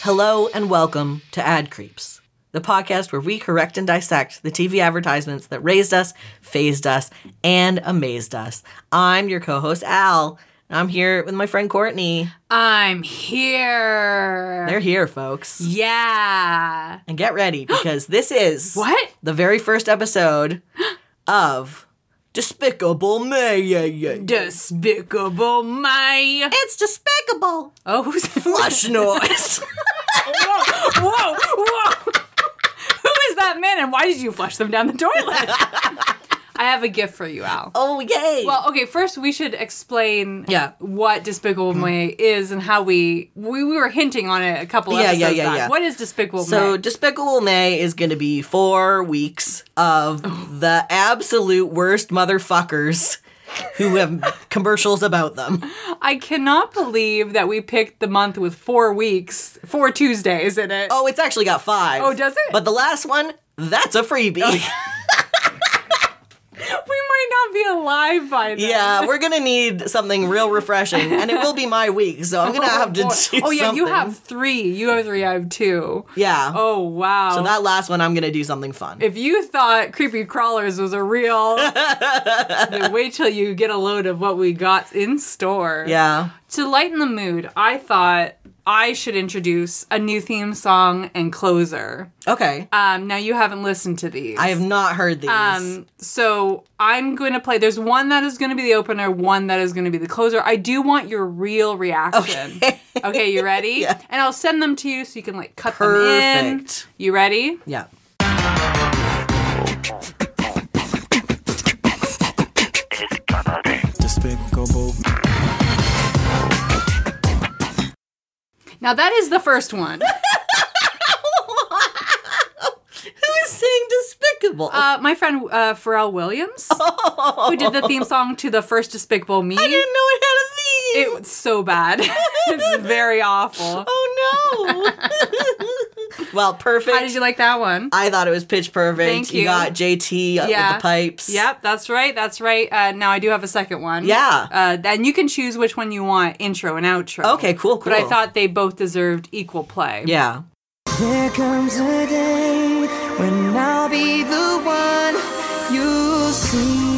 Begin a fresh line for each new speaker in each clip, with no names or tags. Hello and welcome to Ad Creeps, the podcast where we correct and dissect the TV advertisements that raised us, phased us, and amazed us. I'm your co host, Al, and I'm here with my friend Courtney.
I'm here.
They're here, folks.
yeah.
And get ready because this is
What?
the very first episode of Despicable Me.
Despicable my.
It's despicable.
Oh, who's
Flush noise.
Whoa, whoa, whoa. Who is that man and why did you flush them down the toilet? I have a gift for you, Al.
oh, yay.
Well, okay, first we should explain
Yeah. Hmm.
what Despicable Me is and how we, we we were hinting on it a couple
Yeah, yeah,
episodes
yeah,
back.
yeah.
What is Despicable
So
Me?
Despicable May is going to be four weeks of
Oh.
the absolute worst motherfuckers who have commercials about them.
I cannot believe that we picked the month with four weeks, four Tuesdays in it.
Oh, it's actually got five.
Oh, does it?
But the last one, that's a freebie.
We might not be alive by then.
yeah, we're gonna need something real refreshing, and it will be my week, so I'm gonna have to
Boy.
do.
oh yeah,
something.
you have three. You have three. I have two.
Yeah.
Oh wow.
So that last one, I'm gonna do something fun.
if you thought creepy crawlers was a real, then wait till you get a load of what we got in store.
yeah.
To lighten the mood, I thought I should introduce a new theme song and closer.
Okay.
Um, now you haven't listened to these.
I have not heard these.
Um, so I'm going to play. There's one that is going to be the opener, one that is going to be the closer. I do want your real reaction. Okay, you ready?
Yeah.
And I'll send them to you so you can like cut them in.
Perfect.
You ready?
Yeah.
Despicable.
Now that is the first one.
Who is saying despicable?
Uh, my friend uh, Pharrell Williams, who did the theme song to the first Despicable Me.
Oh. I didn't know it had a theme.
It was so bad. it's very awful. Oh,
oh no. well, perfect.
How did you like that one?
I thought it was pitch perfect.
Thank
you.
you.
got JT up
Yeah.
with the pipes.
Yep, that's right. That's right. Uh, now I do have a second one.
Yeah.
Uh, then you can choose which one you want, intro and outro.
Okay, cool, cool.
But I thought they both deserved equal play.
Yeah.
There comes a day when I'll be the one you'll see.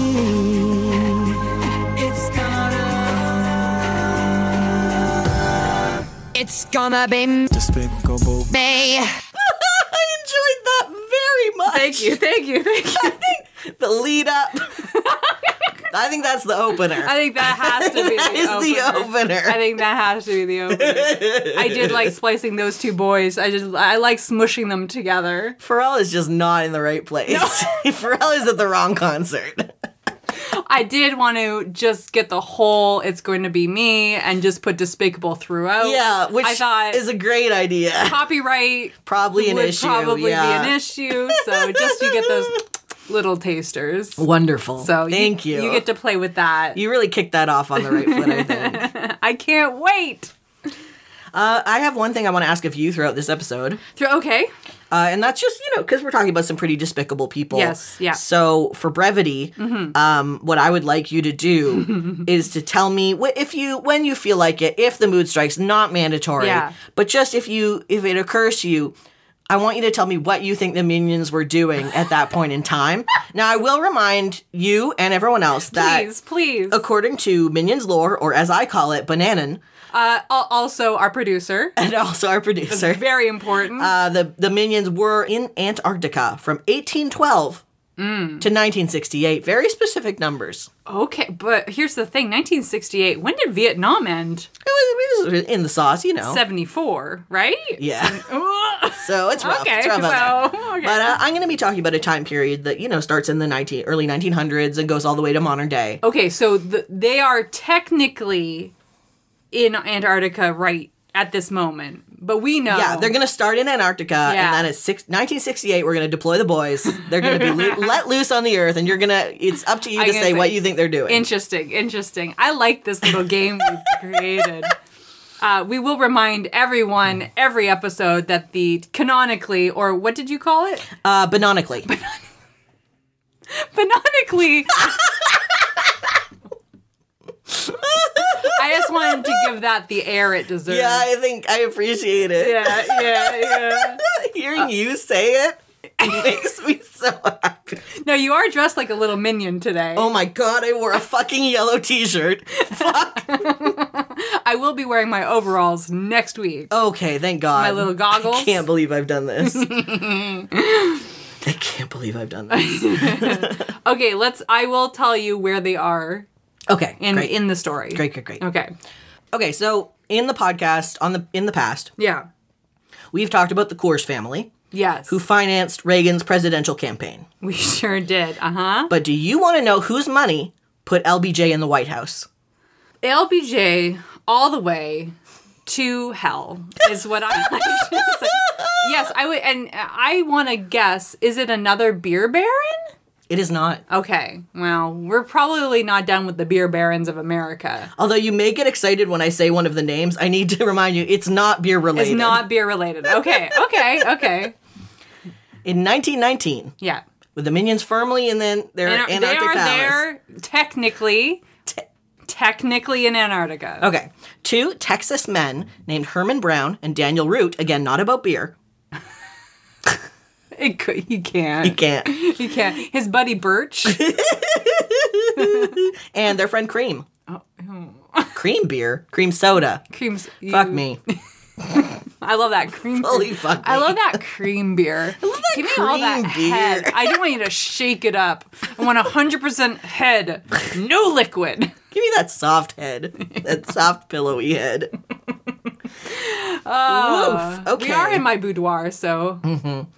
It's gonna. It's gonna be
Despicable.
me.
I enjoyed that very much.
Thank you, thank you, thank you.
The lead up. I think that's the opener.
I think that has to be
That is
the
the
opener.
opener.
I think that has to be the opener. I did like splicing those two boys. I just I like smushing them together.
Pharrell is just not in the right place. Pharrell is at the wrong concert.
I did want to just get the whole "It's going to be me" and just put "Despicable" throughout.
Yeah, which
I thought
is a great idea.
copyright
Probably an
would
issue.
probably
yeah.
be an issue. So just you get those little tasters.
Wonderful.
So
thank you.
You get to play with that.
You really kicked that off on the right foot, I think.
I can't wait.
Uh, I have one thing I want to ask of you throughout this episode,
Thro- Okay.
uh, and that's just you know because we're talking about some pretty despicable people.
Yes, yeah. Mm-hmm.
So for brevity, um, what I would like you to do is to tell me wh- if you when you feel like it, if the mood strikes, not mandatory,
Yeah.
but just if you if it occurs to you. I want you to tell me what you think the minions were doing at that point in time. now, I will remind you and everyone else that,
Please, please.
according to Minions lore, or as I call it, Bananan,
Uh, al- also, our producer.
and also our producer,
Very important.
Uh, the the minions were in Antarctica from 1812 to
Mm.
1968. Very specific numbers.
okay, but here's the thing 1968, when did Vietnam end?
It was, it was in the sauce, you know.
74, right?
Oh. Yeah.
Ugh.
So it's rough.
okay,
It's rough out there.
so. Okay.
But uh, I'm going to be talking about a time period that you know starts in the 19 early 1900s and goes all the way to modern day.
okay, so the, they are technically in Antarctica right at this moment, but we know.
Yeah, they're going to start in Antarctica,
Oh. Yeah.
and then at six, 1968, we're going to deploy the boys. They're going to be lo- let loose on the earth, and you're going to. It's up to you
I'm
to
gonna
say
say-
what you think they're doing.
Interesting, interesting. I like this little game we've created. Uh, we will remind everyone every episode that the canonically, or what did you call it?
uh, banonically.
Canonically. I just wanted to give that the air it deserves.
Yeah, I think I appreciate it.
yeah, yeah, yeah.
Hearing you say it makes me so happy.
No, you are dressed like a little minion today.
Oh my god, I wore a fucking yellow t-shirt.
I will be wearing my overalls next week.
Okay, thank God.
My little goggles.
I can't believe I've done this. I can't believe I've done this.
Okay, let's. I will tell you where they are
Okay,
in
great.
in the story.
great, great, great.
Okay.
Okay, so in the podcast on the in the past,
Yeah.
we've talked about the Coors family
Yes.
who financed Reagan's presidential campaign.
we sure did. Uh huh.
But do you want to know whose money put LBJ in the White House?
LBJ all the way to hell is what I like to say. Yes, I would, and I want to guess: is it another beer baron?
It is not.
Okay, well, we're probably not done with the beer barons of America.
Although you may get excited when I say one of the names, I need to remind you it's not beer
It's
related.
not beer related. Okay, okay, okay.
In 1919,
Yeah,
with the Minions firmly in then their
And
Antarctic
they are
palace.
there technically, technically in Antarctica.
Okay. Two Texas men named Herman Brown and Daniel Root, again, not about beer.
It could, he can't.
You can't.
He can't. His buddy Birch.
and their friend Cream.
Oh,
cream beer? Cream soda.
Creams. you-
Fuck me.
I love that cream.
Holy fuck
I
me.
love that cream beer. I love that Give me all that
cream beer.
head. I don't want you to shake it up. I want hundred percent head, no liquid.
Give me that soft head. That soft, pillowy head. Woof. Okay.
Oh,
Mm.
We are in my boudoir, so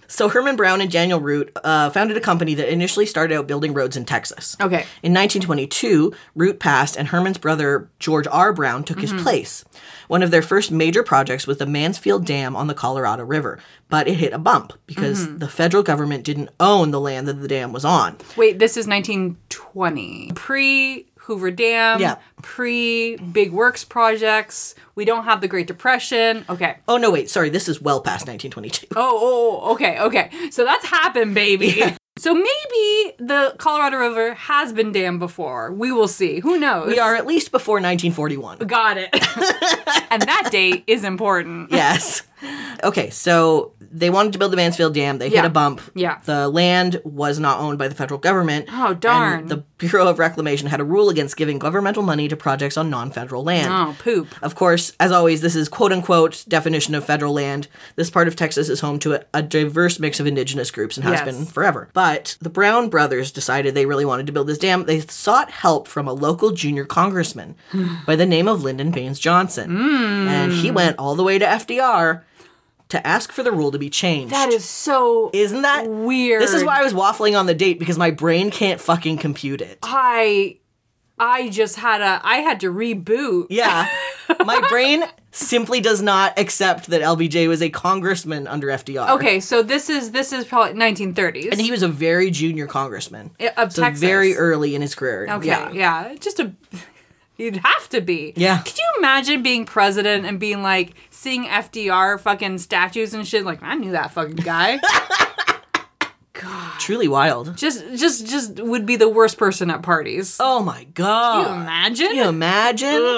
so Herman Brown and Daniel Root uh, founded a company that initially started out building roads in Texas.
okay.
In 1922, Root passed and Herman's brother George R. Brown took
Mm-hmm.
his place. One of their first major projects was the Mansfield Dam on the Colorado River, but it hit a bump because
Mm-hmm.
the federal government didn't own the land that the dam was on.
Wait, this is 1920, pre Hoover Dam,
Yeah.
pre Big Works projects. We don't have the Great Depression. Okay.
Oh, no, wait, sorry, this is well past 1922.
Oh, oh, oh, okay, okay. So that's happened, baby. So maybe the Colorado River has been dammed before. We will see. Who knows?
We are at least before 1941.
Got it. and that date is important.
Yes. Okay, so they wanted to build the Mansfield Dam. They hit
Yeah.
a bump.
Yeah.
The land was not owned by the federal government.
Oh, darn.
And the Bureau of Reclamation had a rule against giving governmental money to projects on non federal land.
Oh, poop.
Of course, as always, this is quote unquote definition of federal land. This part of Texas is home to a, a diverse mix of indigenous groups and has
Yes.
been forever. But the Brown brothers decided they really wanted to build this dam. They sought help from a local junior congressman by the name of Lyndon Baines Johnson. And he
Mm.
went all the way to FDR to ask for the rule to be changed.
That is so
Isn't that
weird.
This is why I was waffling on the date because my brain can't fucking compute it.
I I just had a I had to reboot.
Yeah. My brain simply does not accept that LBJ was a congressman under FDR.
Okay, so this is this is probably 1930s.
And he was a very junior congressman.
of
so
Texas.
very early in his career.
Okay,
Yeah.
yeah. Just a you'd have to be.
Yeah.
Could you imagine being president and being like seeing FDR fucking statues and shit like I knew that fucking guy.
Truly wild.
just just just would be the worst person at parties.
Oh my
Can
god.
you imagine?
Can you imagine?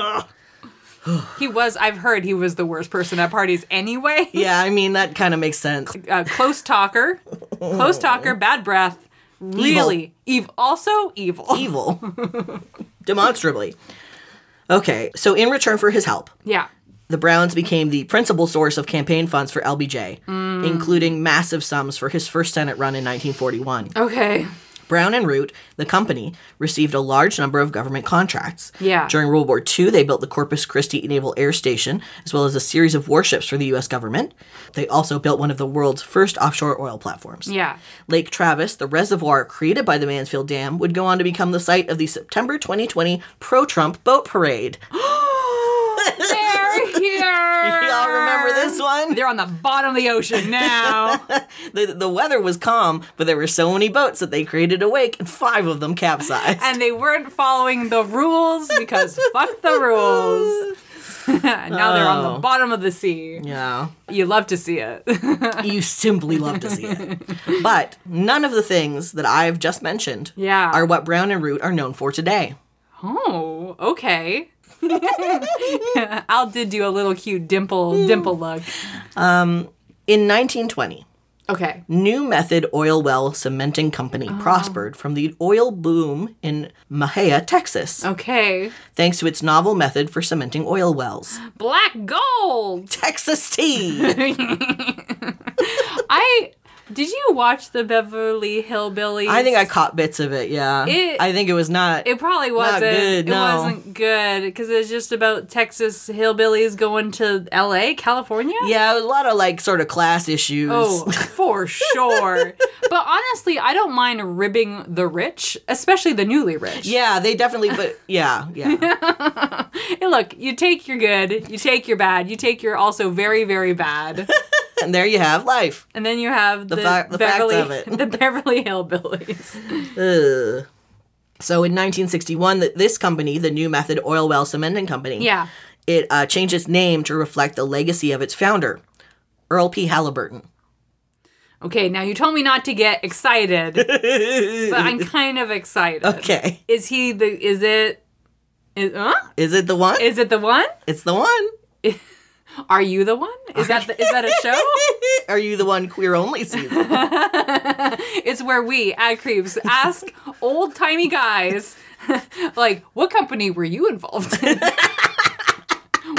He was I've heard he was the worst person at parties anyway.
yeah, I mean that kind of makes sense.
Uh, close talker. Close talker, bad breath. Really evil. E-, also evil.
Evil. Demonstrably. Okay. So in return for his help,
Yeah.
the Browns became the principal source of campaign funds for LBJ,
Mm.
including massive sums for his first Senate run in 1941.
Okay.
Brown and Root, the company, received a large number of government contracts.
Yeah.
During World War II, they built the Corpus Christi Naval Air Station, as well as a series of warships for the U.S. government. They also built one of the world's first offshore oil platforms.
Yeah.
Lake Travis, the reservoir created by the Mansfield Dam, would go on to become the site of the September 2020 pro Trump boat parade.
They're here.
Y'all remember this one?
They're on the bottom of the ocean now.
The, the weather was calm, but there were so many boats that they created a wake, and five of them capsized.
and they weren't following the rules because fuck the rules. now they're on the bottom of the sea.
yeah.
You love to see it.
you simply love to see it. But none of the things that I've just mentioned
Yeah.
are what Brown and Root are known for today.
oh, okay. Al did do a little cute dimple dimple look.
In 1920,
Okay.
New Method Oil Well Cementing Company
Oh.
prospered from the oil boom in Mahia, Texas,
Okay.
thanks to its novel method for cementing oil wells.
Black gold.
Texas tea!
I did you watch the Beverly Hillbillies?
I think I caught bits of it, yeah.
It-
I think it was not.
It probably wasn't.
good,
it
no.
wasn't good because it was just about Texas hillbillies going to L.A., California.
yeah, a lot of like sort of class issues.
Oh, for sure. but honestly, I don't mind ribbing the rich, especially the newly rich.
Yeah, they definitely, but yeah, yeah.
Hey, look, you take your good, you take your bad, you take your also very, very bad,
and there you have life.
and then you have the,
fa- the facts
Beverly,
of it.
the Beverly Hillbillies.
Ugh. So in 1961, th- this company, the New Method Oil Well Cementing Company,
Yeah.
it uh, changed its name to reflect the legacy of its founder, Earl P. Halliburton.
Okay, now you told me not to get excited, but I'm kind of excited.
Okay,
Is he the? Is it? Is huh?
is it the one?
Is it the one?
it's the one.
Are you the one? Is that the, is that a show?
Are you the one queer only season?
It's where we at Creeps ask old timey guys, like, what company were you involved in?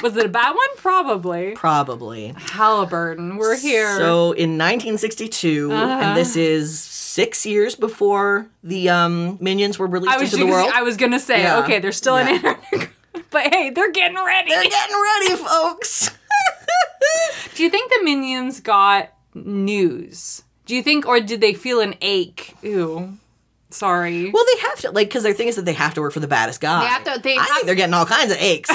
Was it a bad one? Probably.
Probably.
Halliburton, we're here. Uh-huh.
So in 1962, and this is six years before the um, Minions were released
I was
into the
just-
world.
I was gonna say,
Yeah.
okay, they're still in internet. But hey, they're getting ready.
They're getting ready, folks.
Do you think the minions got news? Do you think, or did they feel an ache? Ew, sorry.
Well, they have to, like, because their thing is that they have to work for the baddest guy.
They have to- they
I
have-
think they're getting all kinds of aches.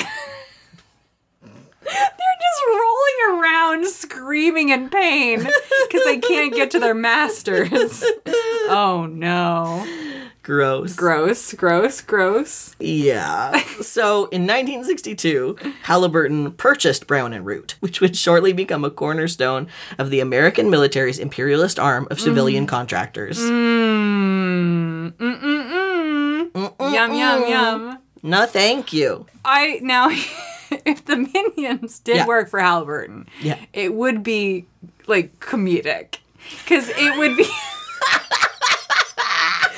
They're just rolling around screaming in pain because they can't get to their masters. oh no.
Gross.
Gross, gross, gross.
Yeah. So in 1962, Halliburton purchased Brown and Root, which would shortly become a cornerstone of the American military's imperialist arm of civilian contractors.
Mm, mm, mm, mm. Yum, yum, yum.
No, thank you.
I now, if the minions did
Yeah.
work for Halliburton,
Yeah.
it would be like comedic because it would be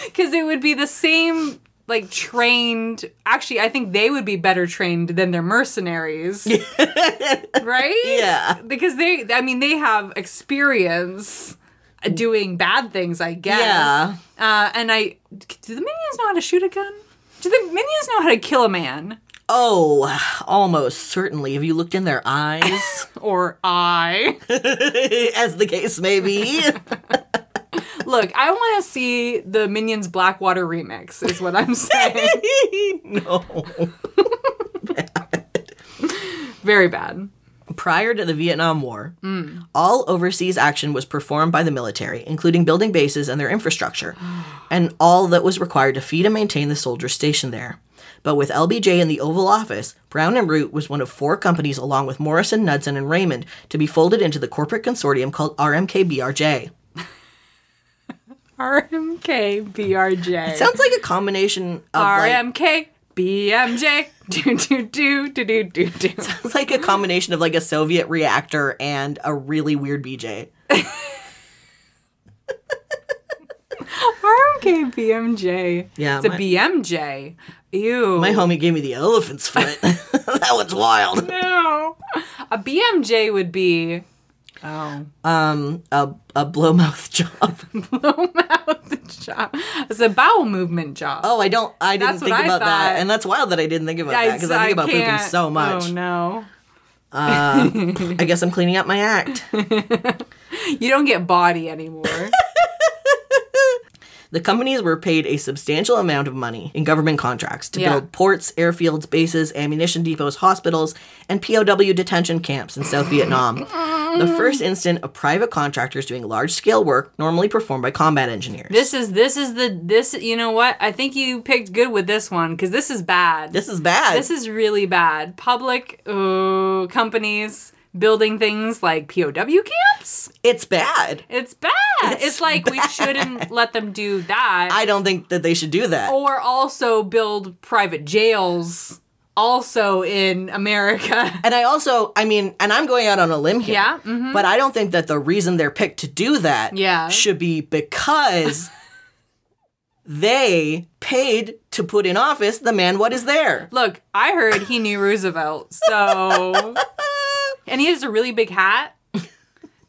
because it would be the same like trained. Actually, I think they would be better trained than their mercenaries, right?
Yeah.
because they, I mean, they have experience doing bad things, I guess.
Yeah.
Uh, and I, do the minions know how to shoot a gun? Do the minions know how to kill a man?
Oh, almost certainly. Have you looked in their eyes?
or I.
As the case may be.
Look, I want to see the Minions Blackwater remix, is what I'm saying.
no.
Very bad.
Prior to the Vietnam War,
Mm.
all overseas action was performed by the military, including building bases and their infrastructure, and all that was required to feed and maintain the soldiers stationed there. But with LBJ in the Oval Office, Brown and Root was one of four companies, along with Morrison, Knudsen, and Raymond, to be folded into the corporate consortium called RMKBRJ.
RMK BRJ.
Sounds like a combination of like,
RMK BMJ. Do, do, do, do, do, do, do.
sounds like a combination of like a Soviet reactor and a really weird BJ.
RMK BMJ.
Yeah,
It's a
my-
BMJ. Ew.
My homie gave me the elephant's foot. that one's wild.
No. A BMJ would be. Oh.
um a a blowmouth job.
Job. It's a bowel movement job.
Oh, I don't. I didn't
That's what
think
I
about that,
thought.
and that's wild that I didn't think about that because I, think about pooping
can't-
so much.
Oh, no.
I guess I'm cleaning up my act.
You don't get body anymore.
the companies were paid a substantial amount of money in government contracts to
Yeah.
build ports, airfields, bases, ammunition depots, hospitals, and POW detention camps in South Vietnam. The first instance of private contractors doing large scale work normally performed by combat engineers.
This is this is the this you know what? I think you picked good with this one because this is bad.
this is bad.
This is really bad. Public ooh, companies building things like POW camps.
it's bad.
It's bad. It's, like we shouldn't let them do that. Oh.
I don't think that they should do that.
or also build private jails also in America.
And I also, I mean, and I'm going out on a limb here.
Yeah, mm-hmm.
But I don't think that the reason they're picked to do that
Yeah.
should be because they paid to put in office the man what is there.
Look, I heard he knew Roosevelt, so and he has a really big hat.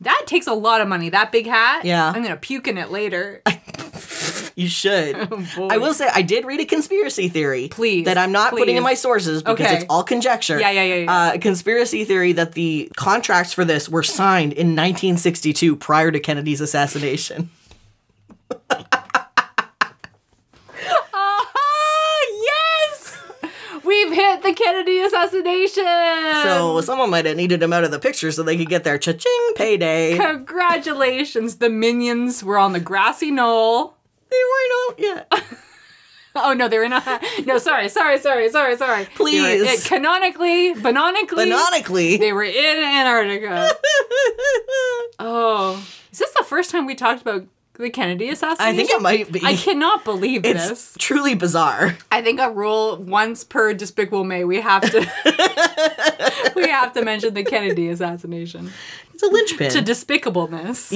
That takes a lot of money. That big hat.
Yeah.
I'm gonna puke in it later.
You should. I will say I did read a conspiracy theory.
Oh, Please,
That I'm not putting in
please.
my sources because
Okay.
it's all conjecture.
Yeah, yeah, yeah, yeah.
Uh, a conspiracy theory that the contracts for this were signed in 1962 prior to Kennedy's assassination. Uh-huh,
Ah, yes, we've hit the Kennedy assassination.
So
Um,
someone might have needed him out of the picture so they could get their cha-ching payday.
congratulations, the minions were on the grassy knoll.
They weren't out yet.
Oh no, they're in a no. Sorry, sorry, sorry, sorry, sorry. They were-
Please.
it, canonically, banonically,
Canonically.
they were in Antarctica. Oh, is this the first time we talked about the Kennedy assassination?
I think it might be.
I cannot believe
it's
this.
truly bizarre.
I think a rule once per Despicable Me, we have to we have to mention the Kennedy assassination
It's a linchpin.
to despicableness.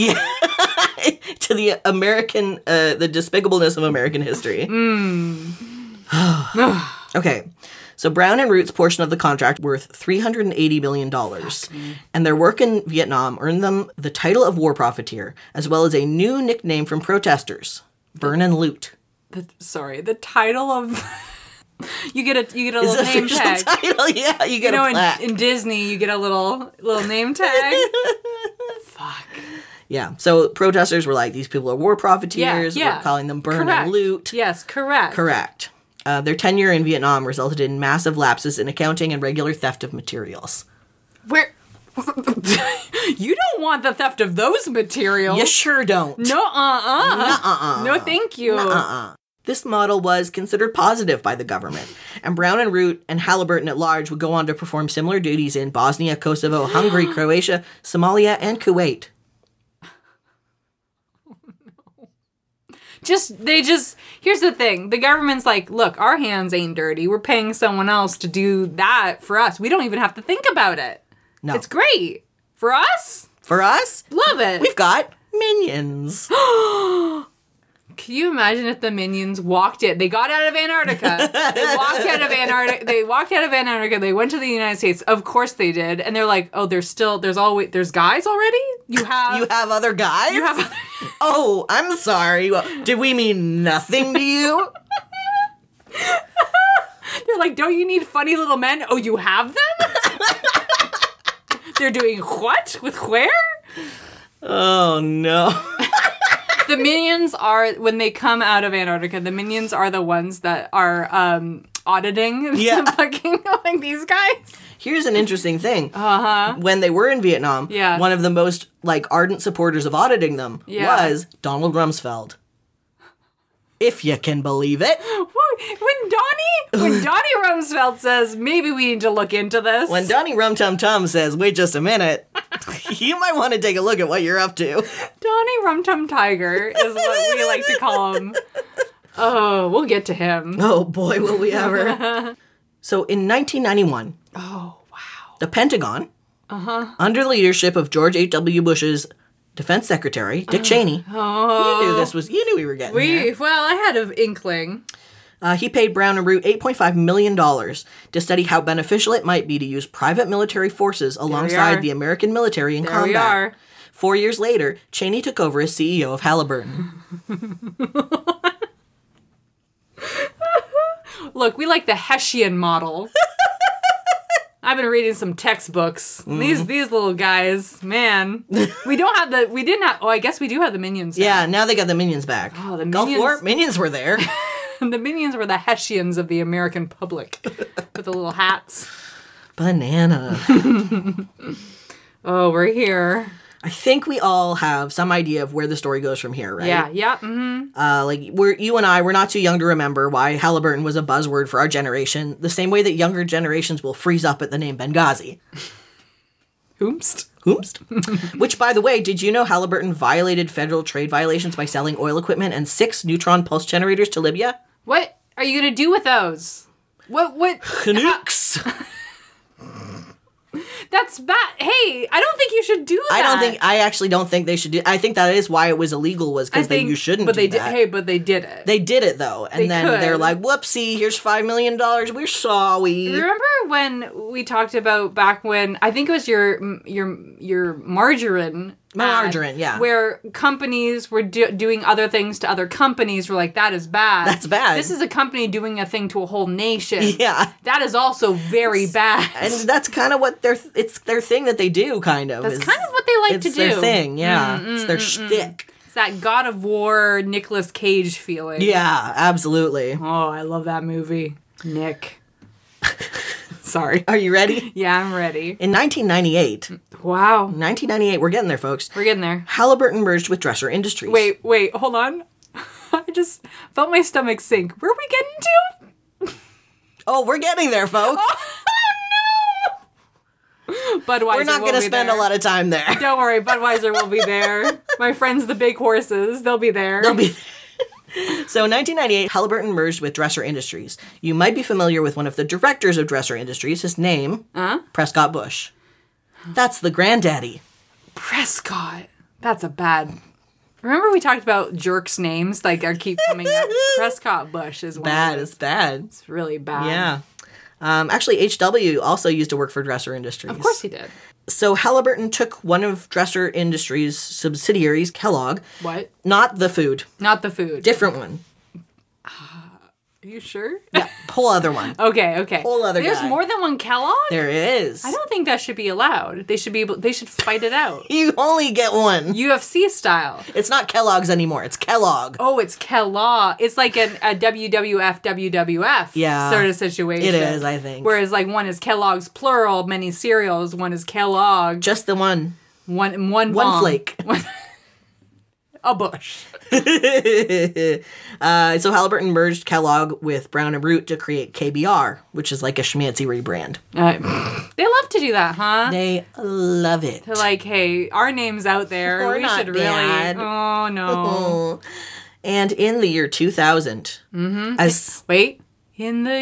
to the American, uh, the despicableness of American history.
Hmm.
okay. So Brown and Root's portion of the contract worth $380 million. And their work in Vietnam earned them the title of war profiteer, as well as a new nickname from protesters, burn and loot.
The, sorry, the title of you get a you get a
It's
little
the
name
official
tag.
title. Yeah, you
You
get
know,
a plaque.
in, in Disney, you get a little little name tag.
yeah. So protesters were like, these people are war profiteers.
yeah.
We're calling them burn
Correct.
and loot.
Yes, correct.
Correct. Uh, their tenure in Vietnam resulted in massive lapses in accounting and regular theft of materials.
Where you don't want the theft of those materials.
You sure don't.
No, uh, uh, no, thank you.
This model was considered positive by the government, and Brown and Root and Halliburton at large would go on to perform similar duties in Bosnia, Kosovo, Hungary, Croatia, Somalia, and Kuwait.
Just they just here's the thing: the government's like, look, our hands ain't dirty. We're paying someone else to do that for us. We don't even have to think about it.
No.
It's great for us.
For us,
Love it.
we've got minions.
Can you imagine if the minions walked it? They got out of Antarctica. they walked out of Antarctica. They walked out of Antarctica. They went to the United States. Of course they did. And they're like, oh, there's still there's always there's guys already. You have
You have other guys?
you have
oh, I'm sorry. Well, Did we mean nothing to you?
They're like, don't you need funny little men? Oh, you have them? They're doing what with where?
oh, no.
The minions are when they come out of Antarctica. The minions are the ones that are um, auditing.
Yeah.
fucking like these guys.
Here's an interesting thing. Uh-huh. When they were in Vietnam,
Yeah.
one of the most like ardent supporters of auditing them
Yeah.
was Donald Rumsfeld. If you can believe it.
When Donnie, when Donnie Rumsfeld says, maybe we need to look into this.
When Donnie Rum Tum Tum says, wait just a minute, you might want to take a look at what you're up to.
Donnie Rum Tum Tiger is what we like to call him. Oh, we'll get to him.
Oh boy, will we ever. so in 1991, oh wow. The Pentagon, uh-huh. under the leadership of George H.W. Bush's defense secretary, Dick Cheney. Uh-huh. Oh. You knew this was you knew we were getting there.
We, well, I had an inkling.
Uh, he paid Brown and Root $8.5 million to study how beneficial it might be to use private military forces
are.
alongside the American military in
There
combat.
we are.
Four years later, Cheney took over as CEO of Halliburton.
Look, we like the Hessian model. I've been reading some textbooks.
Mm-hmm.
These these little guys, man. We don't have the we didn't have oh I guess we do have the minions. now.
yeah, now they got the minions back.
Oh, the
Gulf
minions.
War, minions were there.
The minions were the Hessians of the American public. with the little hats.
Banana.
Oh, we're here.
I think we all have some idea of where the story goes from here, right?
Yeah, yeah. Mm-hmm.
Uh, like we're you and I, we're not too young to remember why Halliburton was a buzzword for our generation, the same way that younger generations will freeze up at the name Benghazi.
Oomst.
Whomst? Which, by the way, did you know Halliburton violated federal trade violations by selling oil equipment and six neutron pulse generators to Libya?
What are you gonna do with those? What? What? how-
Canucks.
that's bad. Hey, I don't think you should do that.
I don't think I actually don't think they should do. I think that is why it was illegal was
I
because they
think-
you shouldn't.
But
do
they
that.
did. Hey, but they did it.
They did it though, and
They
then they're
could.
like, "Whoopsie! Here's five million dollars. We're sorry."
Remember when we talked about back when I think it was your your your margarine
My
ad,
margarine, yeah.
where companies were do- doing other things to other companies were like that is bad
That's bad.
this is a company doing a thing to a whole nation
Yeah,
that is also very bad
and that's kind of what their it's their thing that they do. Kind of.
that's
is-
kind of what they like
it's
to do
their thing. Yeah, it's their shtick.
it's that God of War Nicolas Cage feeling
Yeah, absolutely.
oh I love that movie Nick sorry
Are you ready?
yeah I'm ready
In 1998,
wow
1998, we're getting there, folks.
we're getting there
Halliburton merged with Dresser Industries.
Wait, wait, hold on. I just felt my stomach sink. Where are we getting to?
Oh, we're getting there, folks.
Oh, Budweiser.
we're not
going to
spend a lot of time there.
Don't worry, Budweiser will be there. My friends, the big horses, they'll be there.
They'll be So in 1998, Halliburton merged with Dresser Industries. You might be familiar with one of the directors of Dresser Industries. His name,
Uh-huh.
Prescott Bush. That's the granddaddy.
Prescott. That's a bad. Remember we talked about jerks' names? Like, I keep coming up. Prescott Bush is one.
Bad
Of
is bad.
It's really bad.
Yeah. Um, actually, H.W. also used to work for Dresser Industries.
Of course he did.
So Halliburton took one of Dresser Industries' subsidiaries, Kellogg,
What?
not the food,
Not the food.
different one,
Are you sure?
whole other one.
okay, okay.
Whole other
There's
guy.
more than one Kellogg?
There is.
I don't think that should be allowed. They should be able. They should fight it out.
You only get one.
UFC style.
It's not Kellogg's anymore. It's Kellogg.
Oh, it's Kellogg. It's like an, a WWF WWF
Yeah.
sort of situation.
It is, I think.
Whereas like one is Kellogg's plural, many cereals. One is Kellogg.
Just the one.
One one
One
bomb.
flake.
A bush.
Uh, so Halliburton merged Kellogg with Brown and Root to create KBR, which is like a schmancy rebrand.
they love to do that, huh?
They love it.
They're like, hey, our name's out there.
We're
we
not
should
bad.
really. Oh no.
Mm. And in the year 2000,
Mm-hmm.
as
Wait. In the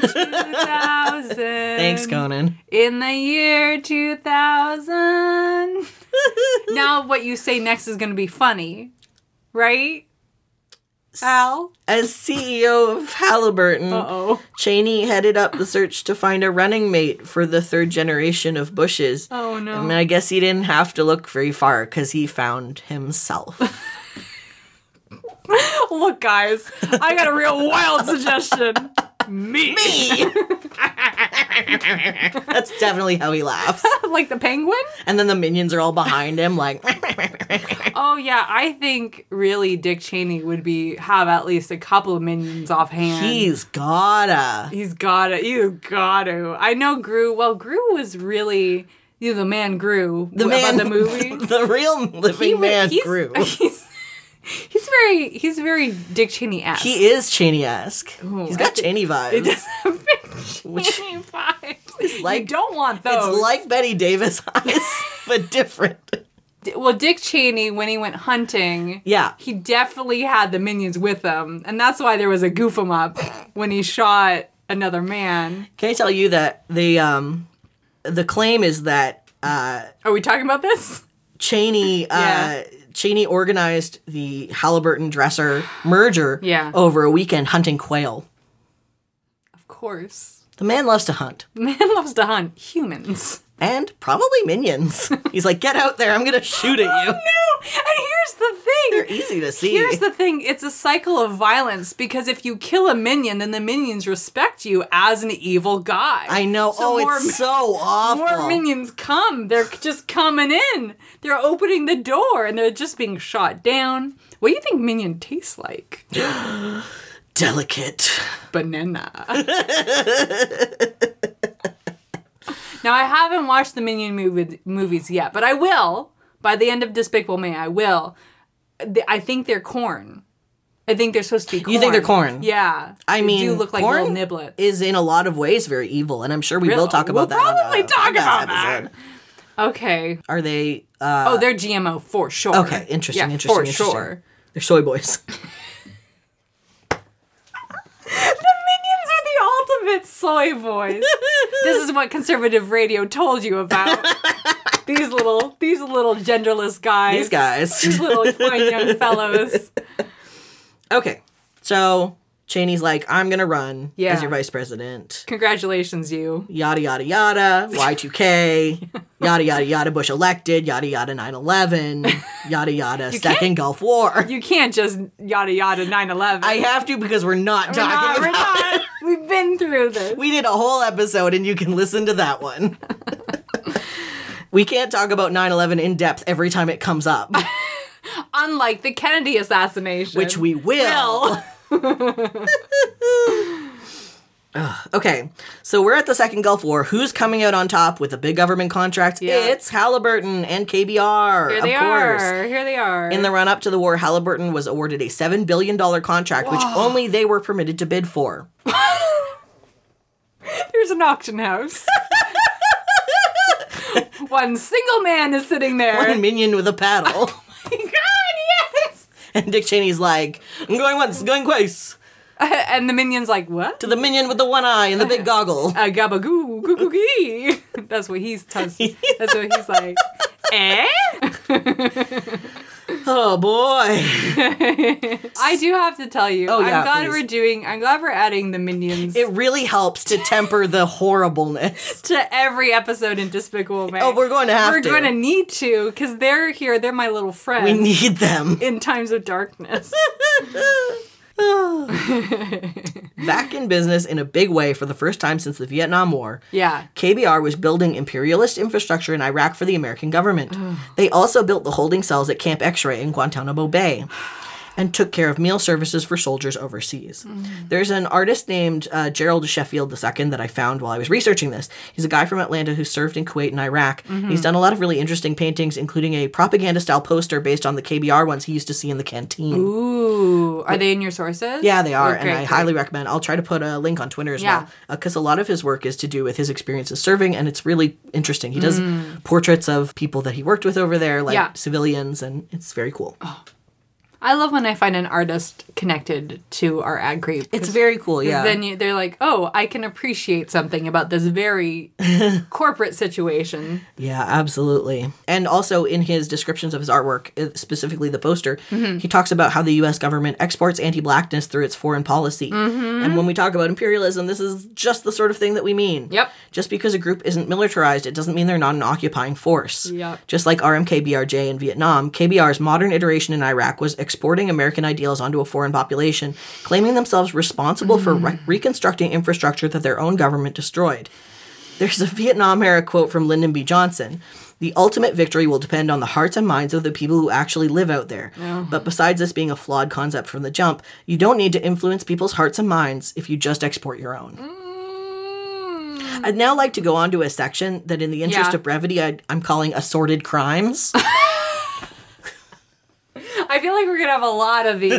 2000. Thanks,
Conan.
In the year 2000. now, what you say next is going to be funny, right? Al?
As CEO of Halliburton,
Oh.
Cheney headed up the search to find a running mate for the third generation of Bushes.
Oh, no.
I mean, I guess he didn't have to look very far because he found himself.
Look, guys, I got a real wild suggestion. Me.
That's definitely how he laughs.
like the penguin?
And then the minions are all behind him, like,
Oh, yeah. I think really Dick Cheney would be have at least a couple of minions offhand.
he's gotta.
He's gotta, you gotta. I know Gru. Well, Gru was really you know, the man Gru.
the man,
about the movie.
the real living
He wa-
man grew.
He's, he's very he's very Dick Cheney esque.
He is Cheney-esque.
Oh,
He's got Cheney vibes. It's
Which
like-
you don't want those.
like Betty Davis eyes, but different.
D- well, Dick Cheney when he went hunting,
Yeah.
he definitely had the minions with him, and that's why there was a goof him up when he shot another man.
Can I tell you that the um the claim is that uh
Are we talking about this?
Cheney uh
Yeah.
Cheney organized the Halliburton Dresser merger
Yeah.
over a weekend hunting quail.
Of course,
The man loves to hunt.
man loves to hunt humans.
And probably minions. He's like, get out there, I'm gonna shoot at you.
no. And here's the thing.
They're easy to see.
Here's the thing. It's a cycle of violence because if you kill a minion, then the minions respect you as an evil guy.
I know. oh,
more
it's
mi-
so awful.
More minions come. They're just coming in. They're opening the door and they're just being shot down. What do you think minion tastes like?
Delicate.
Banana. now I haven't watched the minion movie- movies yet, but I will by the end of Despicable Me. I will. They- I think they're corn. I think they're supposed to be. corn.
You think they're corn?
Yeah.
I mean,
they do look like
corn
little niblets.
Is in a lot of ways very evil, and I'm sure we
Really?
will talk about that.
We'll
on
probably
a
talk
podcast
about that.
episode.
okay.
Are they? Uh,
oh, they're GMO for sure.
okay, interesting,
Yeah,
interesting,
for
interesting.
sure.
They're soy boys.
The minions are Elizabeth Soy voice. this is what conservative radio told you about. these little these little genderless guys.
These guys.
These little fine young fellows.
okay. So Cheney's like, I'm gonna run
Yeah.
as your vice president.
Congratulations, you.
Yada yada yada. Y2K. yada yada yada. Bush elected. Yada yada 9/11. Yada yada. second Gulf War.
You can't just yada yada 9-11.
I have to because we're not
We're
talking
not- we're
about
not. We've been through this.
We did a whole episode and you can listen to that one. we can't talk about 9/11 in depth every time it comes up,
Unlike the Kennedy assassination.
which we will.
will.
Okay. So we're at the second Gulf War. Who's coming out on top with a big government contract?
Yeah.
It's Halliburton and KBR,
Here
of
they
course.
are. Here they are.
In the run up to the war, Halliburton was awarded a $7 billion contract, which only they were permitted to bid for.
There's an auction house. One single man is sitting there.
One minion with a paddle.
God, yes!
and Dick Cheney's like, I'm going once, going twice.
And the minion's like, what?
To the minion with the one eye and the big goggle.
A gabagoo, goo goo gee. That's what he's t- That's what he's like. Eh?
Oh boy.
I do have to tell you.
Oh, yeah,
I'm glad
please.
we're doing. I'm glad we're adding the minions
It really helps to temper the horribleness.
to every episode in Despicable Me.
Oh, we're going to have
We're
to.
going to need to because they're here. They're my little friends
we need them.
in times of darkness.
Back in business in a big way for the first time since the Vietnam War,
yeah.
KBR was building imperialist infrastructure in Iraq for the American government. they also built the holding cells at Camp X Ray in Guantanamo Bay and took care of meal services for soldiers overseas. There's an artist named uh, Gerald Sheffield II that I found while I was researching this. He's a guy from Atlanta who served in Kuwait and Iraq. He's done a lot of really interesting paintings, including a propaganda style poster based on the KBR ones he used to see in the canteen.
Ooh, are they in your sources?
Yeah, they are,
Oh,
and
great,
I
great.
highly recommend. I'll try to put a link on Twitter as
Yeah.
well, because a lot of his work is to do with his experiences serving, and it's really interesting. He does portraits of people that he worked with over there, like
Mm. Yeah. Oh,
civilians, and it's very cool.
I love when I find an artist connected to our ad creep.
It's very cool, yeah.
Then you, they're like, oh, I can appreciate something about this very corporate situation.
yeah, absolutely. And also in his descriptions of his artwork, uh, specifically the poster,
Mm-hmm.
he talks about how the U.S. government exports anti-blackness through its foreign policy.
Mm-hmm.
And when we talk about imperialism, this is just the sort of thing that we mean.
Yep.
Just because a group isn't militarized, it doesn't mean they're not an occupying force.
Yep.
Just like RMKBRJ in Vietnam, KBR's modern iteration in Iraq was exporting American ideals onto a foreign population, claiming themselves responsible for
Mm-hmm.
re- reconstructing infrastructure that their own government destroyed. There's a Vietnam era quote from Lyndon B. Johnson. The ultimate victory will depend on the hearts and minds of the people who actually live out there. But besides this being a flawed concept from the jump, you don't need to influence people's hearts and minds if you just export your own. I'd now like to go on to a section that, in the interest
Yeah.
of brevity, I, I'm calling assorted crimes.
I feel like we're gonna have a lot of these.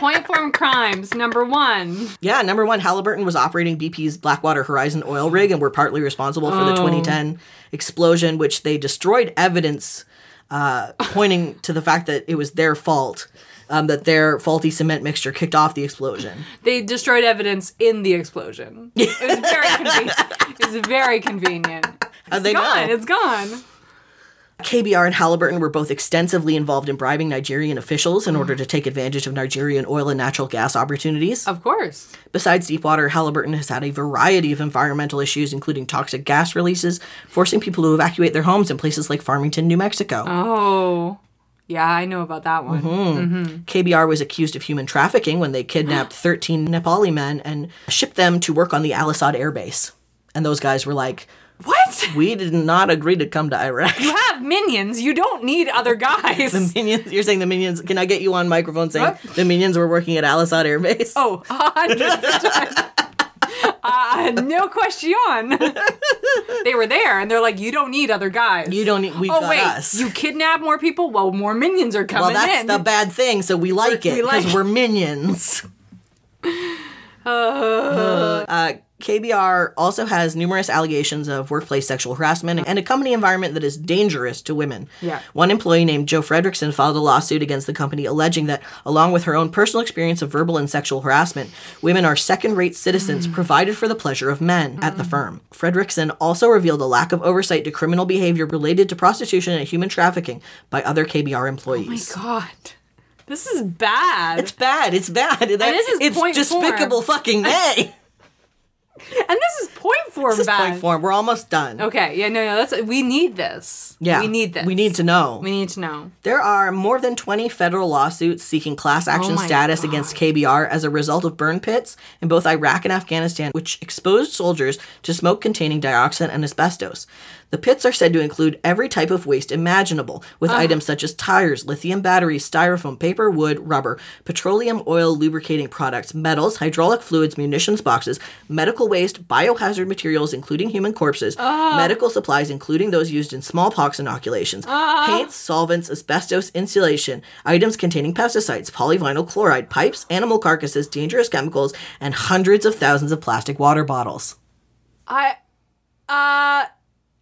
Point form crimes, number one.
yeah, number one, Halliburton was operating BP's Blackwater Horizon oil rig and were partly responsible for the 2010 explosion, which they destroyed evidence uh, pointing to the fact that it was their fault. Um, that their faulty cement mixture kicked off the explosion.
They destroyed evidence in the explosion. It was very convenient. It was very convenient.
How'd they
It's gone.
know?
It's gone.
KBR and Halliburton were both extensively involved in bribing Nigerian officials in order to take advantage of Nigerian oil and natural gas opportunities.
Of course.
Besides Deepwater, Halliburton has had a variety of environmental issues, including toxic gas releases, forcing people to evacuate their homes in places like Farmington, New Mexico.
Oh, yeah, I know about that one.
Mm-hmm. KBR was accused of human trafficking when they kidnapped 13 Nepali men and shipped them to work on the Al Asad airbase. And those guys were like,
What?
We did not agree to come to Iraq.
You have minions. You don't need other guys.
Minions, you're saying the minions, can I get you on microphone saying
What?
the minions were working at Al Asad airbase?
Oh, a hundred percent. Uh, no question. they were there, and they're like, "You don't need other guys.
You don't need- we've
oh
got
wait,
us."
you kidnap more people. Well, more minions are
well,
coming
that's
in.
the bad thing, so we like it
We like-
because we're minions.
Uh,
Uh, KBR also has numerous allegations of workplace sexual harassment and a company environment that is dangerous to women.
Yeah.
One employee named Joe Fredrickson filed a lawsuit against the company alleging that, along with her own personal experience of verbal and sexual harassment, women are second rate citizens
Mm.
provided for the pleasure of men at the firm. Fredrickson also revealed a lack of oversight to criminal behavior related to prostitution and human trafficking by other
Oh
KBR employees.
God, this is bad.
It's bad. It's bad. That-
this is
it's
point four.
despicable fucking A.
and this is point form
this is
bad.
point form. We're almost done.
Okay, yeah, no, no, that's we need this.
Yeah.
we need this.
We need to know.
We need to know.
There are more than 20 federal lawsuits seeking class action
Oh my
status against KBR as a result of burn pits in both Iraq and Afghanistan, which exposed soldiers to smoke containing dioxin and asbestos. The pits are said to include every type of waste imaginable, with items such as tires, lithium batteries, styrofoam, paper, wood, rubber, petroleum, oil, lubricating products, metals, hydraulic fluids, munitions boxes, medical waste, biohazard materials, including human corpses,
Ah.
medical supplies, including those used in smallpox inoculations,
Ah.
paints, solvents, asbestos, insulation, items containing pesticides, polyvinyl chloride, pipes, animal carcasses, dangerous chemicals, and hundreds of thousands of plastic water bottles.
I, uh,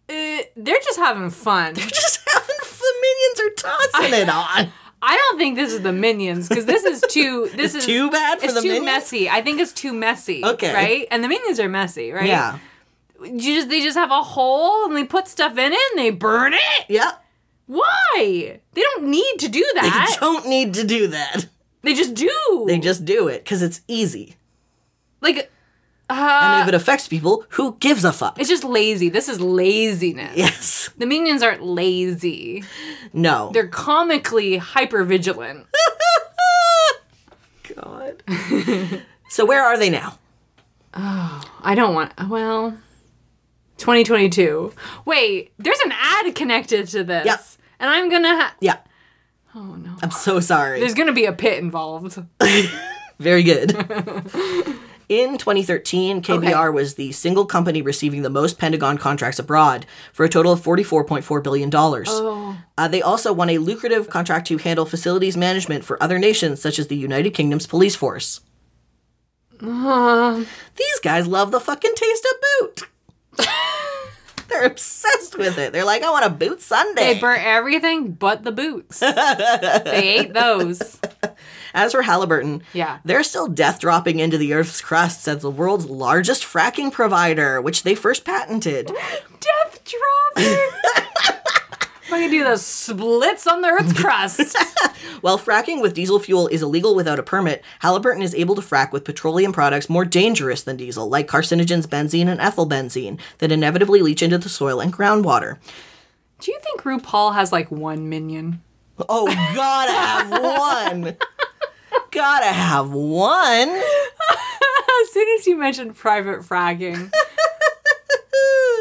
uh, they're just having fun.
Just having the minions are tossing it on.
I don't think this is the minions because this is too. This is
too bad for
it's
the
too
Minions?
messy. I think it's too messy.
Okay.
right? And the minions are messy, right?
Yeah.
You just they just have a hole and they put stuff in it and they burn it.
Yep.
Why? They don't need to do
They
that.
don't need to do that.
They just do.
They just do it because it's easy.
like.
And
Uh,
if it affects people, who gives a fuck?
it's just lazy. This is laziness.
Yes.
The minions aren't lazy.
No.
They're comically hyper vigilant.
God. so where are they now?
I don't want. Well, 2022. Wait, there's an ad connected to this.
Yep.
And I'm gonna. Ha-
Yeah.
oh no.
I'm so sorry.
There's gonna be a pit involved.
Very good. In 2013, KBR was the single company receiving the most Pentagon contracts abroad for a total of $44.4 billion.
Oh.
Uh, they also won a lucrative contract to handle facilities management for other nations, such as the United Kingdom's police force.
Uh-huh.
These guys love the fucking taste of boot. They're obsessed with it. They're like, I want a boot Sunday.
They burnt everything but the boots. they ate those.
As for Halliburton,
Yeah.
they're still death dropping into the Earth's crust as the world's largest fracking provider, which they first patented.
Death dropping. I can do those splits on the Earth's crust.
While fracking with diesel fuel is illegal without a permit, Halliburton is able to frack with petroleum products more dangerous than diesel, like carcinogens benzene and ethylbenzene, that inevitably leach into the soil and groundwater.
do you think RuPaul has like one minion?
Oh, gotta have one! Gotta have one!
As soon as you mentioned private fracking,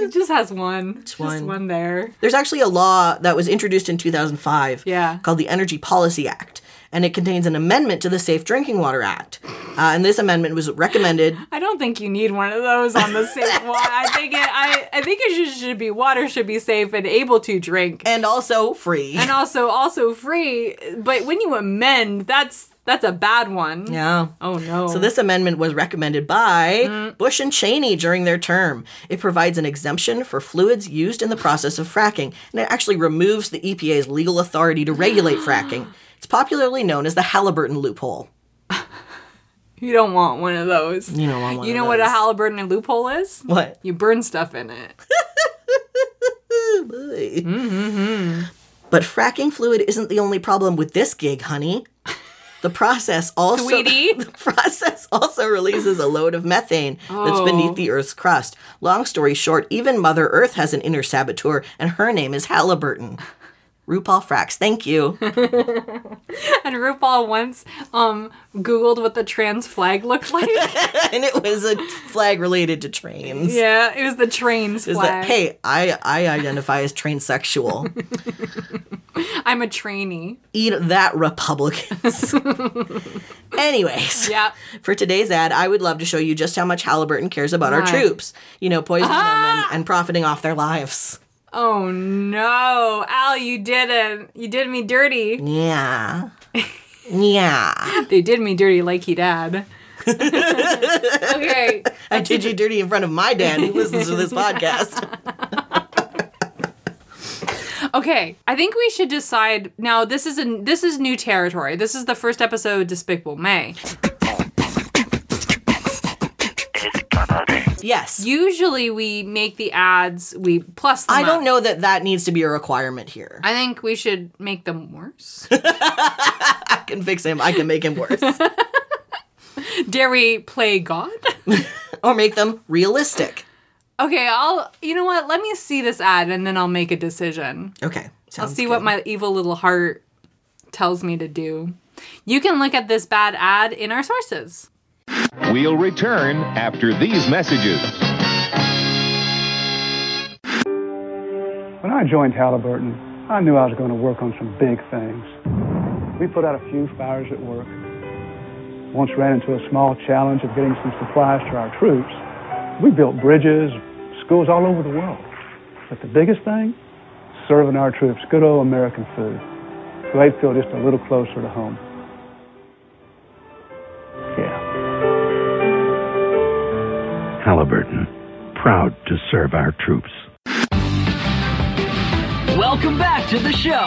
it just has one. Just
one.
one there.
There's actually a law that was introduced in 2005
Yeah.
called the Energy Policy Act, and it contains an amendment to the Safe Drinking Water Act. Uh, and this amendment was recommended.
I don't think you need one of those on the safe water. I think it. I, I think it should, should be water should be safe and able to drink,
And also free.
and also also free. But when you amend, that's that's a bad one.
yeah.
Oh no.
So this amendment was recommended by Bush and Cheney during their term. It provides an exemption for fluids used in the process of fracking, and it actually removes the EPA's legal authority to regulate fracking. It's popularly known as the Halliburton loophole.
you don't want one of those.
You don't want one
You
of
know what a
those.
Halliburton and loophole is?
What?
You burn stuff in it.
But fracking fluid isn't the only problem with this gig, honey. The process also
Sweetie.
the process also releases a load of methane that's
Oh.
beneath the Earth's crust. Long story short, even Mother Earth has an inner saboteur, and her name is Halliburton. RuPaul fracks. Thank you.
And RuPaul once um Googled what the trans flag looked like.
and it was a flag related to trains.
yeah, it was the train's
Is
flag.
that hey, I I identify as transsexual.
I'm a trainee.
Eat that, Republicans. Anyways.
Yeah.
For today's ad, I would love to show you just how much Halliburton cares about our
Why?
troops, you know, poisoning them and, and profiting off their lives.
Oh no, Al, you didn't. You did me dirty.
Yeah. Yeah.
They did me dirty like he dad. Okay.
I did you dirty in front of my dad who listens to this podcast.
Okay, I think we should decide now. This is a this is new territory. This is the first episode of Despicable Me.
Yes.
Usually, we make the ads. We plus. Them
I
up.
don't know that that needs to be a requirement here.
I think we should make them worse.
I can fix him. I can make him worse.
Dare we play God?
or make them realistic.
Okay, I'll. You know what? Let me see this ad and then I'll make a decision.
Okay.
I'll
sounds
see what
good.
my evil little heart tells me to do. You can look at this bad ad in our sources.
We'll return after these messages.
When I joined Halliburton, I knew I was going to work on some big things. We put out a few fires at work. Once ran into a small challenge of getting some supplies to our troops. We built bridges, schools all over the world. But the biggest thing? Serving our troops good old American food. So they feel just a little closer to home. Yeah.
Halliburton, proud to serve our troops.
Welcome back to the show.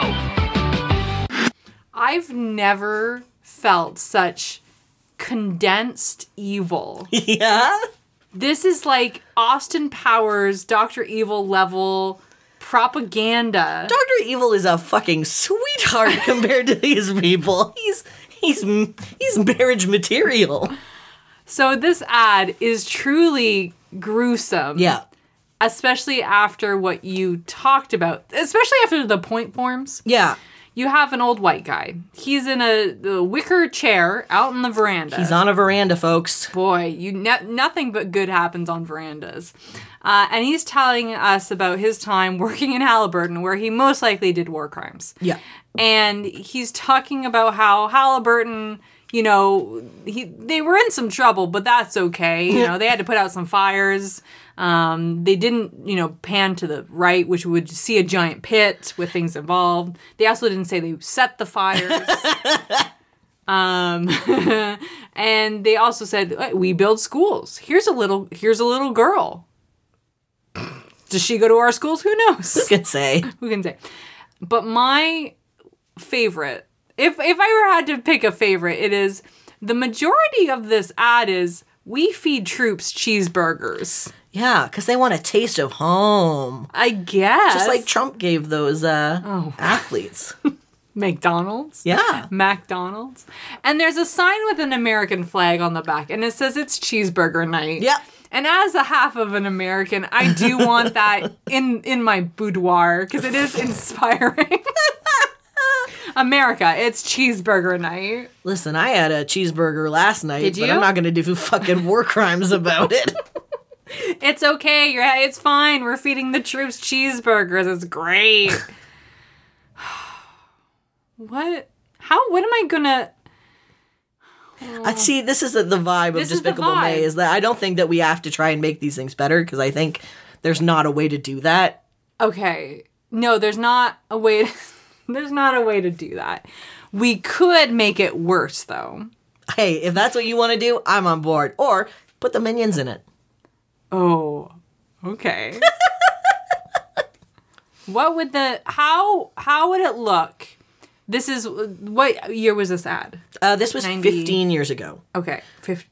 I've never felt such condensed evil.
Yeah.
this is like Austin Powers, Dr. Evil level propaganda.
Dr. Evil is a fucking sweetheart compared to these people. He's he's he's marriage material.
So this ad is truly gruesome.
Yeah.
Especially after what you talked about, especially after the point forms.
Yeah.
You have an old white guy. He's in a, a wicker chair out in the veranda.
He's on a veranda, folks.
boy, you ne- nothing but good happens on verandas. Uh, and he's telling us about his time working in Halliburton, where he most likely did war crimes.
Yeah.
And he's talking about how Halliburton, you know, he they were in some trouble, but that's okay. You know, they had to put out some fires. Um, they didn't, you know, pan to the right, which would see a giant pit with things involved. They also didn't say they set the fires. Um, and they also said "Hey, we build schools. Here's a little here's a little girl. Does she go to our schools? Who knows?
Could say.
Who can say? But my favorite, if if I were had to pick a favorite, it is the majority of this ad is we feed troops cheeseburgers.
Yeah, because they want a taste of home.
I guess
Just like Trump gave those uh,
Oh.
athletes.
McDonald's.
Yeah.
McDonald's. And there's a sign with an American flag on the back, and it says it's cheeseburger night.
Yep.
And as a half of an American, I do want that in in my boudoir because it is inspiring. America, it's cheeseburger night.
Listen, I had a cheeseburger last night,
Did
but
you?
I'm not going to do fucking war crimes about it.
It's okay. You're it's fine. We're feeding the troops cheeseburgers. It's great. what? How? What am I gonna?
I see. This is the, the vibe
Oh. This
of
is the
Despicable
vibe.
Me is that I don't think that we have to try and make these things better because I think there's not a way to do that.
okay no there's not a way there's not a way to do that we could make it worse though
Hey, if that's what you want to do, I'm on board. Or put the minions in it.
oh okay what would the how how would it look this is what year was this ad
Uh, this was
90.
15 years ago.
okay fif-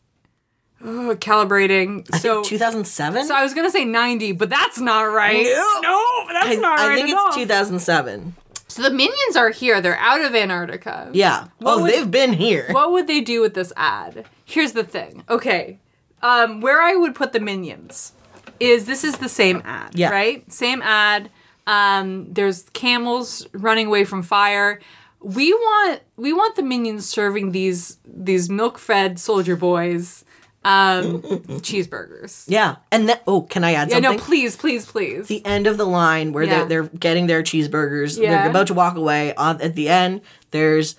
Ugh, calibrating so
2007?
so i was gonna say 90 but that's not right no, that's not
I
right
think
at
it's
all.
2007.
so the minions are here they're out of antarctica
Yeah.
What
oh,
would-
they've been here.
what would they do with this ad? Here's the thing. Okay. Um, where I would put the minions is this is the same ad,
Yeah.
right? Same ad. Um, there's camels running away from fire. We want we want the minions serving these these milk fed soldier boys um, cheeseburgers.
Yeah. And that, oh, can I add
Yeah,
something?
no, please, please, please.
the end of the line where they're,
Yeah.
they're getting their cheeseburgers.
Yeah.
They're about to walk away. On at the end, there's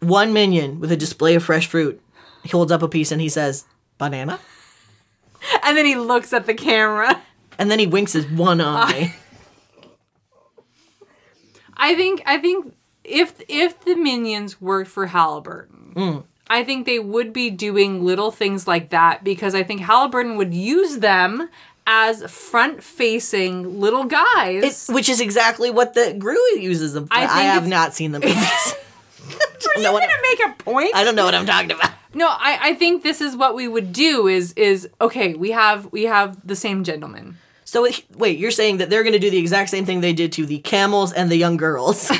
one minion with a display of fresh fruit. He holds up a piece and he says, "Banana,"
and then he looks at the camera.
and then he winks his one eye.
I think I think if if the minions worked for Halliburton, I think they would be doing little things like that because I think Halliburton would use them as front facing little guys.
It's, which is exactly what the Gru uses them. For.
I
I,
think
have
it's-
not seen the movies.
Are you
No, I
going
don't-
to make a point?
I don't know what I'm talking about.
No, I, I think this is what we would do is is okay, we have we have the same gentleman.
So it, wait, you're saying that they're going to do the exact same thing they did to the camels and the young girls?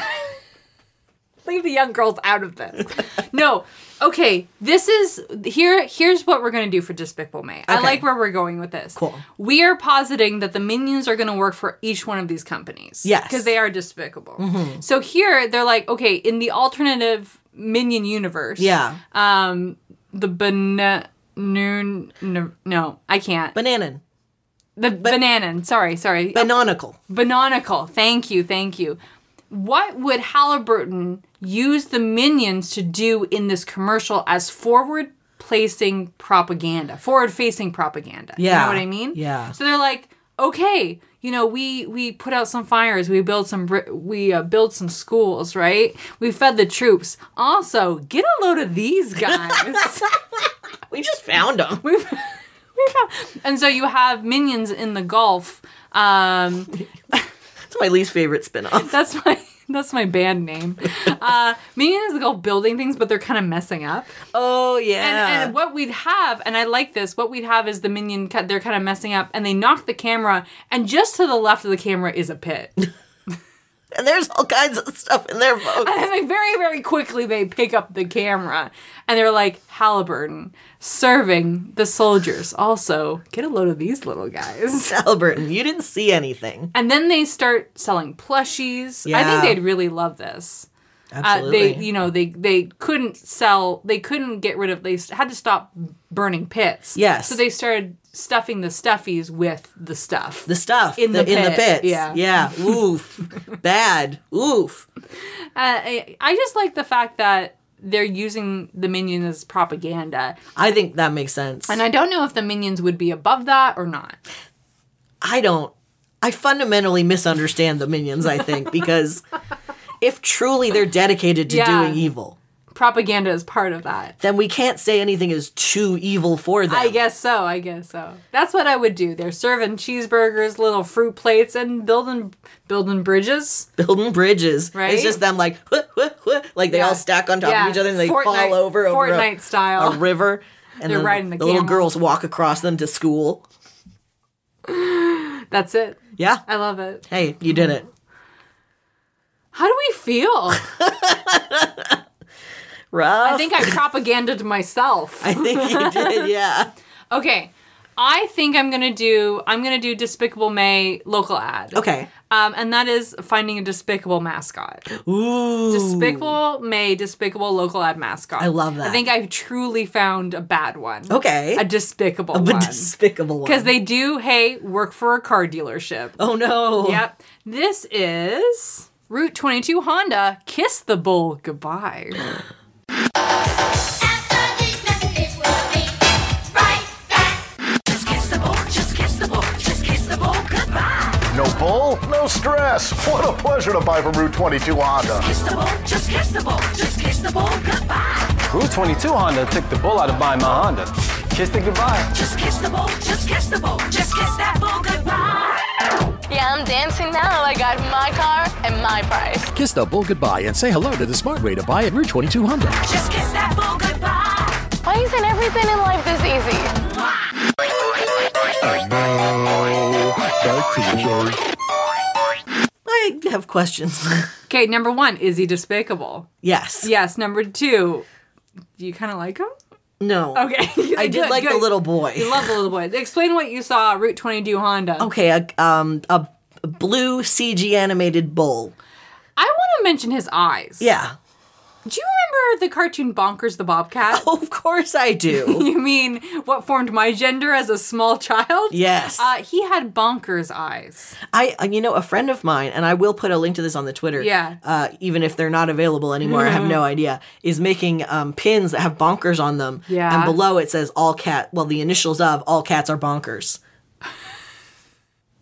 Leave the young girls out of this. no. Okay, this is here here's what we're going to do for Despicable Me. I
Okay.
like where we're going with this.
Cool.
We are positing that the minions are going to work for each one of these companies.
Yes. Mm-hmm.
Because they are despicable. So here they're like, okay, in the alternative minion universe.
yeah,
Um the banana noon no, no, I can't.
bananan,
the banana. Sorry, sorry.
bananical.
Bananical. Thank you, thank you. What would Halliburton use the minions to do in this commercial as forward placing propaganda, forward facing propaganda? You
Yeah,
know what I mean?
yeah.
So they're like, okay, you know, we we put out some fires, we build some bri- we uh, build some schools, right? We fed the troops. Also, get a load of these guys.
We just found them.
and so you have minions in the Gulf. Um,
That's my least favorite spinoff.
That's my that's my band name. Uh, Minions is called building things, but they're kind of messing up.
Oh yeah.
And, and what we'd have, and I like this. What we'd have is the minion. cut They're kind of messing up, and they knock the camera, and just to the left of the camera is a pit. and
And there's all kinds of stuff in there, folks.
they very very quickly they pick up the camera, and they're like Halliburton serving the soldiers. Also, get a load of these little guys.
Halliburton, you didn't see anything.
And then they start selling plushies. I
Yeah.
think they'd really love this. uh,
Absolutely.
they you know they they couldn't sell they couldn't get rid of they s- had to stop burning pits
Yes.
so they started stuffing the stuffies with the stuff Uh,
the stuff
in
the-
the
in the
pit,
pits.
yeah.
Yeah. Oof. Bad. Oof.
uh, I, I just like the fact that they're using the minions as propaganda
I think that makes sense.
and i don't know if the minions would be above that or not
I don't. I fundamentally misunderstand the minions, I think, because if truly they're dedicated to
Yeah.
doing evil,
propaganda is part of that
then we can't say anything is too evil for them.
I guess so. I guess so. That's what I would do. They're serving cheeseburgers, little fruit plates, and building building bridges.
Building bridges.
Right?
It's just them like, "Huh, huh, huh," like they
Yeah.
all stack on top
Yeah.
of each other and they
Fortnite-
fall over over a-
Fortnite style.
a river. And
They're
then
riding the
the little
camel.
girls walk across them to school.
That's it.
Yeah.
I love it.
Hey, you did it.
How do we feel?
Rough.
I think I propagandized myself.
I think you did, yeah.
Okay. I think I'm gonna do I'm gonna do Despicable May local ad.
Okay.
Um, and that is finding a despicable mascot.
Ooh.
Despicable May, despicable local ad mascot.
I love that.
I think I truly found a bad one.
Okay.
A despicable
A
one.
despicable one.
Because they do, hey, work for a car dealership.
Oh no.
Yep. This is Route 22 Honda. Kiss the bull goodbye.
No bull, no stress. What a pleasure to buy from Route 22 Honda.
Route 22 Honda took the bull out of buying my Honda. Kissed it goodbye.
Yeah, I'm dancing now. I got my car and my price.
Kiss the bull goodbye and say hello to the smart way to buy at Route 22 Honda.
Why isn't everything in life this easy?
I have questions.
Okay, number one, is he despicable?
yes.
Yes. Number two, do you kind of like him?
No.
Okay.
I did
Good,
like the
good.
little boy.
You love the little boy. Explain what you saw at Route 22 Honda.
okay, a, um, a blue CG animated bull.
I want to mention his eyes.
Yeah.
Do you remember the cartoon Bonkers the Bobcat?
Of course I do.
You mean what formed my gender as a small child?
yes.
Uh, he had bonkers eyes.
I, uh, you know, a friend of mine, and I will put a link to this on the Twitter.
Yeah. Mm-hmm.
Uh, even if they're not available anymore, I have no idea. Is making um, pins that have bonkers on them.
Yeah.
And below it says all cat. Well, the initials of all cats are bonkers.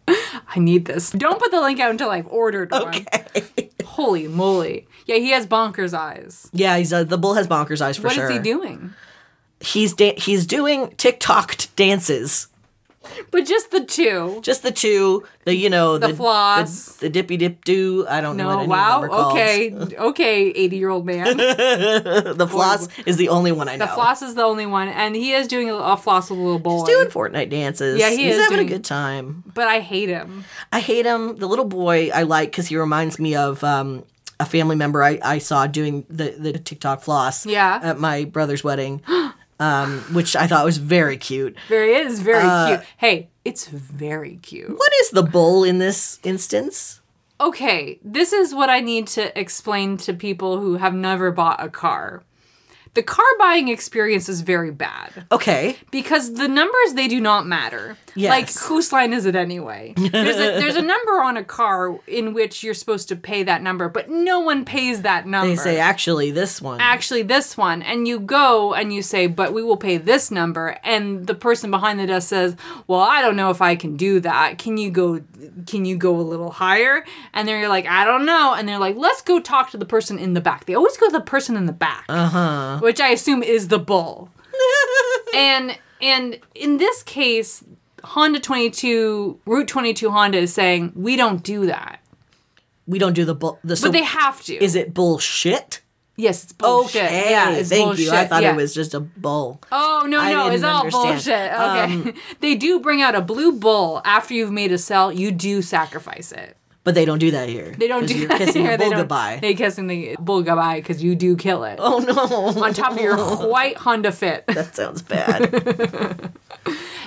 I need this. Don't put the link out until I've ordered one. Holy moly. Yeah, he has bonkers eyes.
Yeah, he's uh, the bull has bonkers eyes for
What is
sure.
he doing?
He's da- he's doing TikTok dances.
But just the two.
Just the two, the you know
The floss.
the, the dippy dip do. I don't know what
No,
any of them are
wow.
called.
Okay. okay, 80 year old man.
the floss is the only one I know.
The floss is the only one, and he is doing a, a floss with a little boy.
He's doing Fortnite dances.
Yeah, he
he's
is
having
doing-
a good time.
but I hate him.
I hate him. The little boy I like because he reminds me of um, a family member I, I saw doing the, the TikTok floss
Yeah.
at my brother's wedding, um, which I thought was very cute.
Very it is very
Uh,
cute. Hey, it's very cute.
What is the bull in this instance?
Okay, this is what I need to explain to people who have never bought a car. The car buying experience is very bad
Okay.
because the numbers they do not matter.
Yes.
Like whose line is it anyway? There's a, there's a number on a car in which you're supposed to pay that number, but no one pays that number.
They say, actually, this one.
actually this one and you go and you say but we will pay this number and the person behind the desk says well i don't know if i can do that can you go can you go a little higher and then you're like i don't know and they're like let's go talk to the person in the back they always go to the person in the back
uh-huh.
which i assume is the bull and and in this case honda 22 route 22 honda is saying we don't do that
We don't do the bull. The, so
but they have to
Is it bullshit?
yes it's bullshit
Okay.
yeah it's
Thank
bullshit.
you. I thought
yeah.
it was just a bull.
Oh no
I
no, it's
didn't
all
understand. Um,
bullshit. Okay, they do bring out a blue bull after you've made a sell. You do sacrifice it.
But they don't do that here.
They don't
'Cause
do
you're
that
kissing
here.
a
They
bull
don't-
goodbye.
They kissing the bull goodbye because you do kill it
oh no.
on top of your white Honda Fit.
that sounds bad.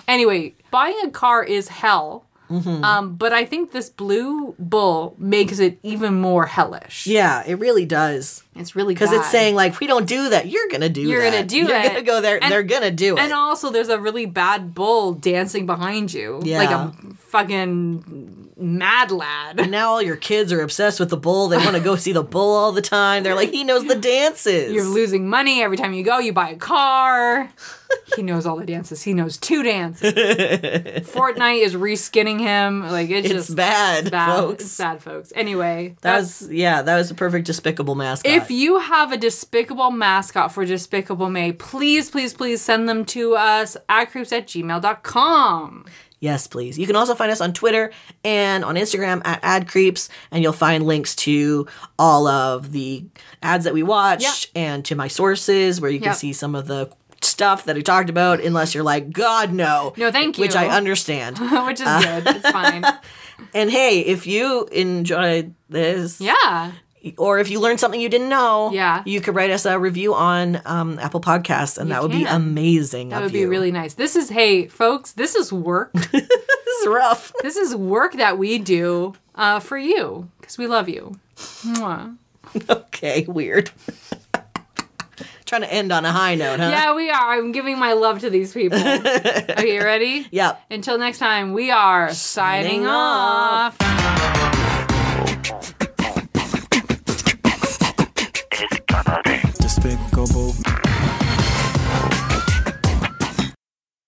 anyway, buying a car is hell.
Mm-hmm.
Um, but I think this blue bull makes it even more hellish.
Yeah, it really does.
It's really
Because it's
bad.
saying like, if we don't do that, you're gonna do.
You're
that.
gonna do
you're
it.
gonna go there.
And-
they're gonna do it.
And also, there's a really bad bull dancing behind you,
Yeah.
like a fucking mad lad.
And now all your kids are obsessed with the bull. They want to go see the bull all the time. They're like, he knows the dances.
You're losing money every time you go. You buy a car. he knows all the dances. He knows two dances. Fortnite is reskinning him. Like it's,
it's
just
bad,
it's bad.
folks.
It's bad, folks. Anyway,
That
that's
was yeah. That was a perfect despicable mascot.
if you have a despicable mascot for Despicable May, please, please, please send them to us at creeps at gmail.com.
yes, please. You can also find us on Twitter and on Instagram at AdCreeps, and you'll find links to all of the ads that we watched and to my sources where you can
Yep.
see some of the stuff that I talked about. Unless you're like, God, no,
No, thank
which I
you.
understand.
Which is good. It's fine.
And hey, if you enjoyed this,
Yeah.
or if you learned something you didn't know,
Yeah.
you could write us a review on um, Apple Podcasts, and that would be
can.
amazing.
That
of
would be
you.
really nice. This is, hey, folks, this is work.
this is rough.
this is work that we do uh, for you because we love you. Mwah.
okay, weird. Trying to end on a high note, huh?
Yeah, we are. I'm giving my love to these people. okay, you ready?
Yep.
Until next time, we are signing,
Signing
off.